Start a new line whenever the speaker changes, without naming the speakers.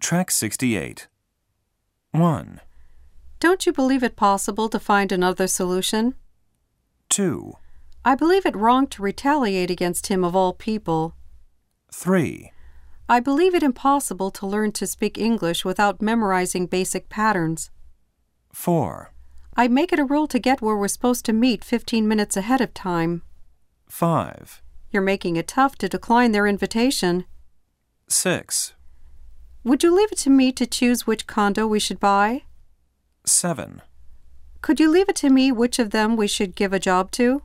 Track 68. 1,
Don't you believe it possible to find another solution?
2,
I believe it wrong to retaliate against him of all people.
3,
I believe it impossible to learn to speak English without memorizing basic patterns.
4,
I make it a rule to get where we're supposed to meet 15 minutes ahead of time.
5,
You're making it tough to decline their invitation.
6,
Would you leave it to me to choose which condo we should buy?
7,
Could you leave it to me which of them we should give a job to?